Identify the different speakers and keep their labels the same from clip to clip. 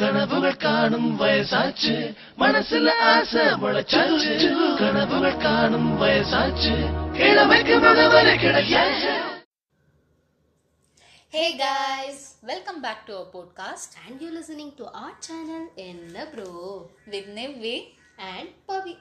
Speaker 1: கனவுகள் காணும் வயசாச்சு மனசுல ஆசை முளைச்சாச்சு கனவுகள் காணும் வயசாச்சு இளமைக்கு முகவரை கிடையாது
Speaker 2: Hey guys, welcome back to our podcast and you're listening to our channel என்ன bro
Speaker 3: with Nivvi.
Speaker 2: And Pavi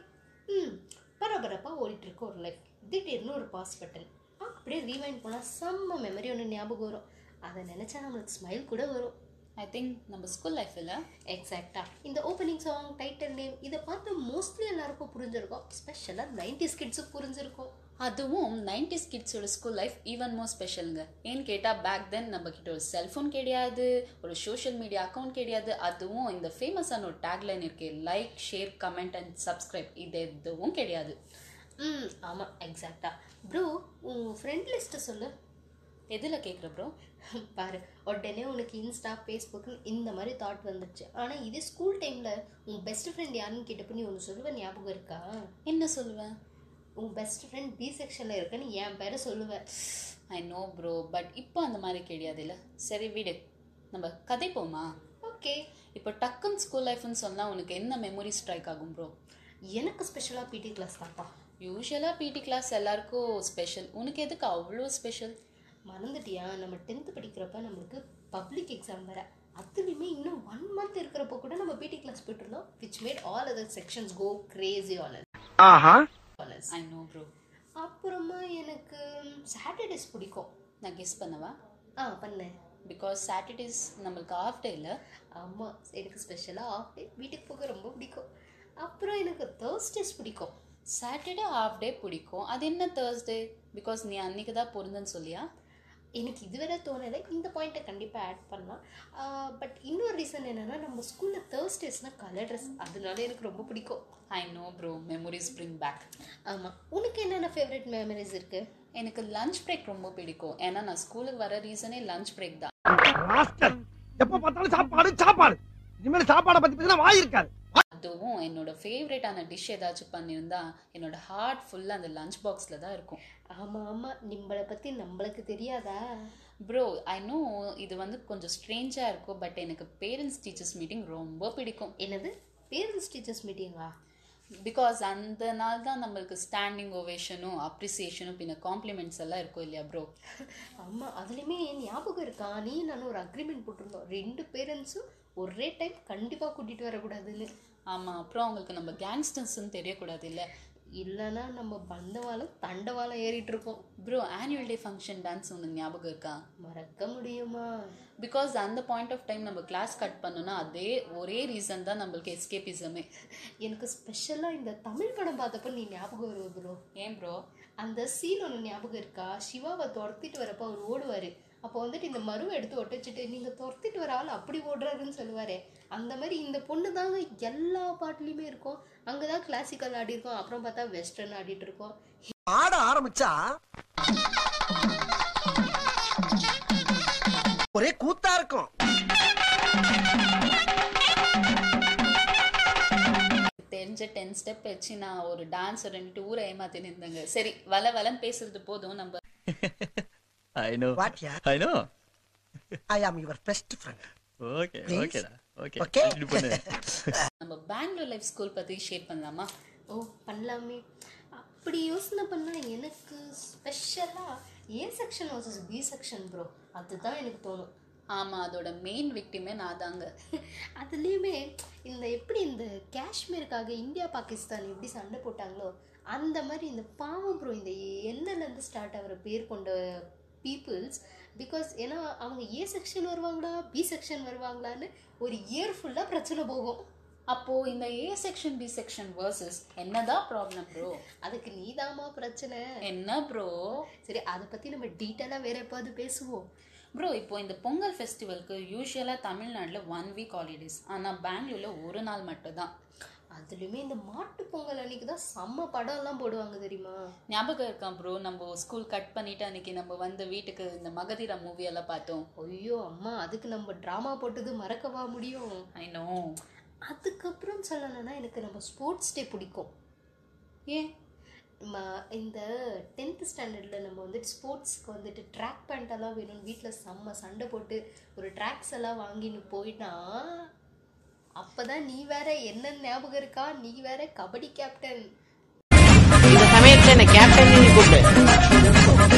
Speaker 2: ம் பரபரப்பாக ஓடிட்டு இருக்க Hmm, ஒரு லைஃப் திடீர்னு ஒரு பாஸ் பட்டன் அப்படியே ரீவைண்ட் போனால் செம்ம மெமரி ஒன்று ஞாபகம் வரும் அதை நினச்சா நம்மளுக்கு ஸ்மைல் கூட வரும்
Speaker 3: I think நம்ம ஸ்கூல் லைஃப்ல
Speaker 2: எக்ஸாக்டா இந்த ஓப்பனிங் சாங் டைட்டில் நேம் இதை பார்த்து மோஸ்ட்லி எல்லாருக்கும் புரிஞ்சிருக்கும் ஸ்பெஷலாக நைன்டிஸ் கிட்ஸுக்கு புரிஞ்சிருக்கும்
Speaker 3: அதுவும் நைன்டிஸ் கிட்ஸோட ஸ்கூல் லைஃப் ஈவன் மோர் ஸ்பெஷலுங்க ஏன்னு கேட்டால் பேக் தென் நம்ம கிட்ட ஒரு செல்ஃபோன் கிடையாது ஒரு சோஷியல் மீடியா அக்கௌண்ட் கிடையாது அதுவும் இந்த ஃபேமஸான ஒரு டேக்லைன் இருக்கு like share comment and subscribe இது எதுவும் கிடையாது
Speaker 2: ம் ஆமாம் எக்ஸாக்டா ப்ரோ உன் ஃப்ரெண்ட் லிஸ்ட்டை சொல்லு
Speaker 3: எதில் கேட்குற ப்ரோ
Speaker 2: பாரு உடனே உனக்கு இன்ஸ்டா ஃபேஸ்புக்கு இந்த மாதிரி தாட் வந்துடுச்சு ஆனால் இது ஸ்கூல் டைமில் உன் பெஸ்ட் ஃப்ரெண்ட் யாருன்னு கேட்டப்ப நீ ஒன்று சொல்லுவ ஞாபகம் இருக்கா
Speaker 3: என்ன சொல்லுவேன்
Speaker 2: உன் பெஸ்ட் ஃப்ரெண்ட் பி செக்ஷனில் இருக்கன்னு என் பேரை சொல்லுவேன்
Speaker 3: ஐ நோ ப்ரோ பட் இப்போ அந்த மாதிரி கிடையாது இல்லை சரி விடு நம்ம கதை போமா
Speaker 2: ஓகே
Speaker 3: இப்போ டக்குன்னு ஸ்கூல் லைஃப்னு சொன்னால் உனக்கு என்ன மெமரி ஸ்ட்ரைக் ஆகும் ப்ரோ
Speaker 2: எனக்கு ஸ்பெஷலாக பிடி கிளாஸ் தான்ப்பா
Speaker 3: யூஸ்வலாக பிடி கிளாஸ் எல்லாருக்கும் ஸ்பெஷல் உனக்கு எதுக்கு அவ்வளோ ஸ்பெஷல்
Speaker 2: மறந்துட்டியா நம்ம டென்த்து படிக்கிறப்ப நம்மளுக்கு பப்ளிக் எக்ஸாம் வர அதுலேயுமே இன்னும் ஒன் மந்த் இருக்கிறப்ப கூட நம்ம பிடி கிளாஸ் போயிட்டுருந்தோம் which made all other sections go crazy anus ஆஹா
Speaker 3: ஐ நோ ப்ரோ
Speaker 2: அப்புறமா எனக்கு சாட்டர்டேஸ் பிடிக்கும்
Speaker 3: நான் கெஸ் பண்ணவா
Speaker 2: ஆ பண்ணேன்
Speaker 3: பிகாஸ் சாட்டர்டேஸ் நம்மளுக்கு ஆஃப் டே இல்லை
Speaker 2: ஆமாம் எனக்கு ஸ்பெஷலாக ஆஃப் டே வீட்டுக்கு போக ரொம்ப பிடிக்கும் அப்புறம் எனக்கு தேர்ஸ்டேஸ் பிடிக்கும்
Speaker 3: சாட்டர்டே ஆஃப் டே பிடிக்கும் அது என்ன தேர்ஸ்டே பிகாஸ் நீ அன்னைக்கு தான் பிறந்தன்னு சொல்லியா
Speaker 2: எனக்கு இதுவரை தோணலை இந்த பாயிண்ட்டை கண்டிப்பாக ஆட் பண்ணலாம் பட் இன்னொரு ரீசன் என்னென்னா நம்ம ஸ்கூலில் தேர்ஸ்டேஸ்னால் கலர் ட்ரெஸ் அதனால எனக்கு ரொம்ப பிடிக்கும்
Speaker 3: I know bro memories bring back
Speaker 2: ஆமாம் உனக்கு என்னென்ன ஃபேவரட் மெமரிஸ் இருக்குது
Speaker 3: எனக்கு லஞ்ச் பிரேக் ரொம்ப பிடிக்கும் ஏன்னா நான் ஸ்கூலுக்கு வர ரீசனே லஞ்ச் பிரேக் தான்
Speaker 4: ராஸ்கல் எப்ப பார்த்தாலும் சாப்பாடு சாப்பாடு இனிமேல் சாப்பாடை பத்தி பேசினா வாய் இருக்காது
Speaker 3: அதுவும் என்னோட ஃபேவரட்டான டிஷ் ஏதாச்சும் பண்ணியிருந்தா என்னோட ஹார்ட் ஃபுல்லாக அந்த லஞ்ச் பாக்ஸில் தான் இருக்கும்
Speaker 2: ஆமாம் ஆமாம் நம்மளை பற்றி நம்மளுக்கு தெரியாதா
Speaker 3: ப்ரோ ஐ நோ இது வந்து கொஞ்சம் ஸ்ட்ரேஞ்சாக இருக்கும் பட் எனக்கு பேரண்ட்ஸ் டீச்சர்ஸ் மீட்டிங் ரொம்ப பிடிக்கும்
Speaker 2: என்னது பேரண்ட்ஸ் டீச்சர்ஸ் மீட்டிங்கா
Speaker 3: பிகாஸ் அந்த நாள் தான் நம்மளுக்கு ஸ்டாண்டிங் ஓவேஷனும் அப்ரிசியேஷனும் பின்ன காம்ப்ளிமெண்ட்ஸ் எல்லாம் இருக்கும் இல்லையா ப்ரோ
Speaker 2: ஆமாம் அதுலேயுமே ஞாபகம் இருக்கா நீ நான் ஒரு அக்ரிமெண்ட் போட்டிருந்தோம் ரெண்டு பேரண்ட்ஸும் ஒரே டைம் கண்டிப்பாக கூட்டிகிட்டு வரக்கூடாதுன்னு
Speaker 3: ஆமாம் அப்புறம் அவங்களுக்கு நம்ம கேங்ஸ்டர்ஸ்ன்னு தெரியக்கூடாது இல்லை
Speaker 2: இல்லைன்னா நம்ம பந்தவாளம் தண்டவாளம் ஏறிட்டு இருப்போம்
Speaker 3: bro annual day function dance உனக்கு ஞாபகம் இருக்கா
Speaker 2: மறக்க முடியுமா
Speaker 3: பிகாஸ் அந்த பாயிண்ட் ஆஃப் டைம் நம்ம கிளாஸ் கட் பண்ணோன்னா அதே ஒரே ரீசன் தான் நம்மளுக்கு எஸ்கேபிசமே
Speaker 2: எனக்கு ஸ்பெஷலாக இந்த தமிழ் படம் பார்த்தப்ப நீ ஞாபகம் வருவ ப்ரோ
Speaker 3: ஏன் ப்ரோ
Speaker 2: அந்த சீன் ஒன்று ஞாபகம் இருக்கா சிவாவை துரத்திட்டு வரப்ப அவர் ஓடுவார் அப்போ வந்துட்டு இந்த மருவை எடுத்து ஒட்டச்சிட்டு நீங்கள் துரத்திட்டு வர ஆள் அப்படி ஓடுறாருன்னு சொல்லுவாரே அந்த மாதிரி இந்த பொண்ணு தாங்க எல்லா பாட்டுலையுமே இருக்கும் அங்கே தான் கிளாசிக்கல் ஆடி இருக்கோம் அப்புறம் பார்த்தா வெஸ்டர்ன் ஆடிட்டு இருக்கோம்
Speaker 4: ஆட ஆரம்பிச்சா ஒரே கூத்தா இருக்கும்
Speaker 3: தெரிஞ்ச டென் ஸ்டெப் வச்சு நான் ஒரு டான்ஸ் ரெண்டு ஊரை ஏமாத்தின்னு இருந்தேங்க சரி வள வளன்னு பேசுறது போதும் நம்ம
Speaker 5: I know.
Speaker 4: What, yeah?
Speaker 5: I know.
Speaker 4: I am your best friend
Speaker 5: Okay,
Speaker 4: Please?
Speaker 5: okay, da. okay.
Speaker 4: Okay?
Speaker 5: Continue பண்ணு.
Speaker 3: நம்ம பெங்களூர் லைஃப் ஸ்கூல் பற்றி ஷேர் பண்ணலாமா
Speaker 2: ஓ பண்ணலாமே அப்படி யோசனை பண்ணால் எனக்கு ஸ்பெஷலாக A section versus B section bro அதுதான் எனக்கு தோணும்
Speaker 3: ஆமாம் அதோட மெயின் விக்டிமே நான் தாங்க
Speaker 2: அதுலேயுமே இந்த எப்படி இந்த காஷ்மீருக்காக இந்தியா பாகிஸ்தான் எப்படி சண்டை போட்டாங்களோ அந்த மாதிரி இந்த பாவம் ப்ரோ இந்த எல்லைலேருந்து ஸ்டார்ட் ஆகிற பேர் கொண்ட பீப்புள்ஸ் பிகாஸ் ஏன்னா அவங்க ஏ செக்ஷன் வருவாங்களா பி செக்ஷன் வருவாங்களான்னு ஒரு இயர் ஃபுல்லாக பிரச்சனை போகும்
Speaker 3: அப்போது இந்த A section B section versus என்னதான் ப்ராப்ளம் ப்ரோ
Speaker 2: அதுக்கு நீதாம்மா பிரச்சனை
Speaker 3: என்ன ப்ரோ
Speaker 2: சரி அதை பற்றி நம்ம டீட்டெயிலாக வேற எப்பாவது பேசுவோம்
Speaker 3: ப்ரோ இப்போ இந்த பொங்கல் ஃபெஸ்டிவலுக்கு யூஸ்வலாக தமிழ்நாட்டில் ஒன் வீக் ஹாலிடேஸ் ஆனால் பெங்களூரில் ஒரு நாள் மட்டும்தான்
Speaker 2: அதுலேயுமே இந்த மாட்டு பொங்கல் அன்னைக்கு தான் செம்ம படம்லாம் போடுவாங்க தெரியுமா
Speaker 3: ஞாபகம் இருக்கான் ப்ரோ நம்ம ஸ்கூல் கட் பண்ணிட்டு அன்னைக்கு நம்ம வந்த வீட்டுக்கு இந்த மகதீரா மூவியெல்லாம் பார்த்தோம்
Speaker 2: ஐயோ அம்மா அதுக்கு நம்ம ட்ராமா போட்டது மறக்கவா முடியும்
Speaker 3: ஐ நோ
Speaker 2: அதுக்கப்புறம் சொல்லணும்னா எனக்கு நம்ம ஸ்போர்ட்ஸ் டே பிடிக்கும்
Speaker 3: ஏன்
Speaker 2: ம- இந்த டென்த்து ஸ்டாண்டர்டில் நம்ம வந்துட்டு ஸ்போர்ட்ஸ்க்கு வந்துட்டு ட்ராக் பேண்ட் எல்லாம் வேணும்னு வீட்டில் செம்ம சண்டை போட்டு ஒரு ட்ராக்ஸ் எல்லாம் வாங்கின்னு போயிட்டா அப்பதான் நீ வேற என்ன ஞாபகம் இருக்கா நீ வேற கபடி கேப்டன்
Speaker 6: இந்த சமயத்துல என்ன கேப்டன் கூப்பிடு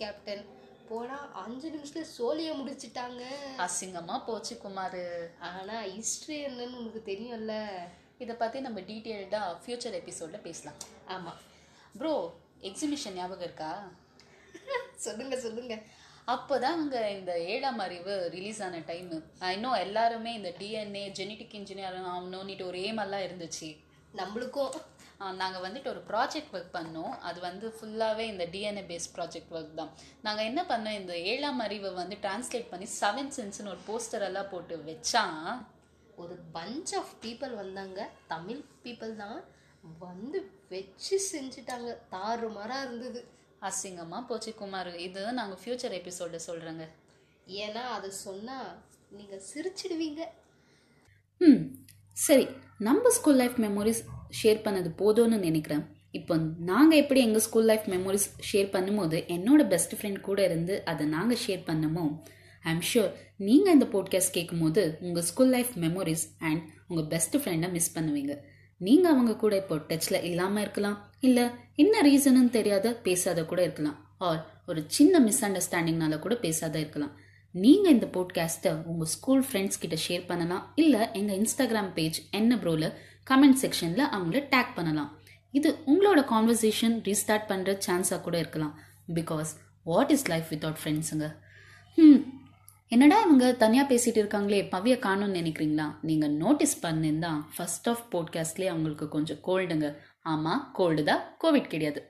Speaker 2: கேப்டன் போனா அஞ்சு நிமிஷத்துல சோழியை முடிச்சிட்டாங்க
Speaker 3: அசிங்கமா போச்சு குமாரு
Speaker 2: ஆனா ஹிஸ்டரி என்னன்னு உனக்கு தெரியும்ல
Speaker 3: இதை பத்தி நம்ம டீட்டெயில்டா ஃபியூச்சர் எபிசோட்ல பேசலாம்
Speaker 2: ஆமா
Speaker 3: ப்ரோ எக்ஸிபிஷன் ஞாபகம் இருக்கா
Speaker 2: சொல்லுங்க சொல்லுங்க
Speaker 3: அப்போதான் அவங்க இந்த ஏழாம் அறிவு ரிலீஸ் ஆன டைம் இன்னும் எல்லாருமே இந்த டிஎன்ஏ ஜெனட்டிக் இன்ஜினியர் ஆகணும்னுட்டு ஒரு aim எல்லாம் இருந்துச்சு
Speaker 2: நம்மளுக்கும்
Speaker 3: நாங்கள் வந்துட்டு ஒரு ப்ராஜெக்ட் ஒர்க் பண்ணோம் அது வந்து ஃபுல்லாகவே இந்த டிஎன்ஏ பேஸ்ட் ப்ராஜெக்ட் ஒர்க் தான் நாங்கள் என்ன பண்ணோம் இந்த ஏழாம் அறிவை வந்து டிரான்ஸ்லேட் பண்ணி செவன் சென்ஸ்னு ஒரு போஸ்டர் எல்லாம் போட்டு வச்சா
Speaker 2: ஒரு பஞ்ச் ஆஃப் பீப்புள் வந்தாங்க தமிழ் பீப்புள் தான் வந்து வச்சு செஞ்சுட்டாங்க தாறுமாறா இருந்தது
Speaker 3: அசிங்கமாக போச்சு குமார் இது நாங்கள் ஃப்யூச்சர் எபிசோடில் சொல்கிறேங்க
Speaker 2: ஏன்னா அதை சொன்னா நீங்க சிரிச்சிடுவீங்க
Speaker 3: ம் சரி நம்ம ஸ்கூல் லைஃப் மெமோரிஸ் ஷேர் பண்ணது போதும்னு நினைக்கிறேன் இப்போ நாங்கள் எப்படி எங்கள் ஸ்கூல் லைஃப் மெமோரிஸ் ஷேர் பண்ணும்போது என்னோட பெஸ்ட் ஃப்ரெண்ட் கூட இருந்து அதை நாங்கள் ஷேர் பண்ணமோ ஐ எம் ஷூர் நீங்கள் இந்த போட்காஸ்ட் கேட்கும்போது உங்கள் ஸ்கூல் லைஃப் மெமோரிஸ் அண்ட் உங்கள் பெஸ்ட் ஃப்ரெண்டை மிஸ் பண்ணுவீங்க நீங்கள் அவங்க கூட இப்போ டச்சில் இல்லாமல் இருக்கலாம் இல்லை என்ன ரீசனுன்னு தெரியாத பேசாத கூட இருக்கலாம் ஆர் ஒரு சின்ன மிஸ் அண்டர்ஸ்டாண்டிங்னால கூட பேசாத இருக்கலாம் நீங்கள் இந்த போட்காஸ்ட்டை உங்கள் ஸ்கூல் ஃப்ரெண்ட்ஸ் கிட்ட ஷேர் பண்ணலாம் இல்லை எங்கள் இன்ஸ்டாகிராம் பேஜ் என்ன ப்ரோல கமெண்ட் செக்ஷனில் அவங்கள டேக் பண்ணலாம் இது உங்களோட கான்வர்சேஷன் ரீஸ்டார்ட் பண்ணுற சான்ஸாக கூட இருக்கலாம் because what is life without ஃப்ரெண்ட்ஸுங்க ம் என்னடா இவங்க தனியாக பேசிகிட்டு இருக்காங்களே பவியை காணும்னு நினைக்கிறீங்களா நீங்கள் நோட்டீஸ் பண்ணியிருந்தா ஃபர்ஸ்ட் ஆஃப் போட்காஸ்ட்லேயே அவங்களுக்கு கொஞ்சம் கோல்டுங்க ஆமாம் கோல்டு தான் கோவிட் கிடையாது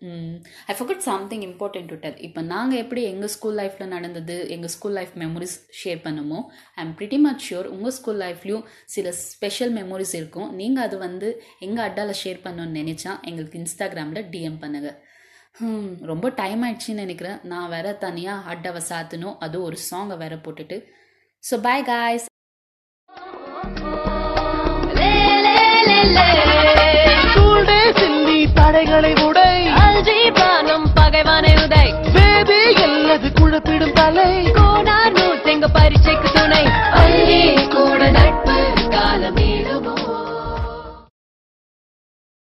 Speaker 3: I forgot something important to tell இப்போ நாங்கள் எப்படி எங்கள் ஸ்கூல் லைஃப்பில் நடந்தது எங்கள் ஸ்கூல் லைஃப் மெமரிஸ் ஷேர் பண்ணுமோ I am pretty much sure உங்கள் ஸ்கூல் லைஃப்லையும் சில ஸ்பெஷல் மெமரிஸ் இருக்கும் நீங்கள் அது வந்து எங்கள் அட்டால ஷேர் பண்ணணும்னு நினச்சா எங்களுக்கு இன்ஸ்டாகிராமில் டிஎம் பண்ணுங்கள் ஹம், ரொம்ப டைம் ஆயிடுச்சுன்னு நினைக்கிறேன் நான் வேற தனியாக அட்டவை சாத்தணும் அதுவும் ஒரு சாங்கை வேற போட்டுட்டு so bye guys
Speaker 1: school days தடைகளை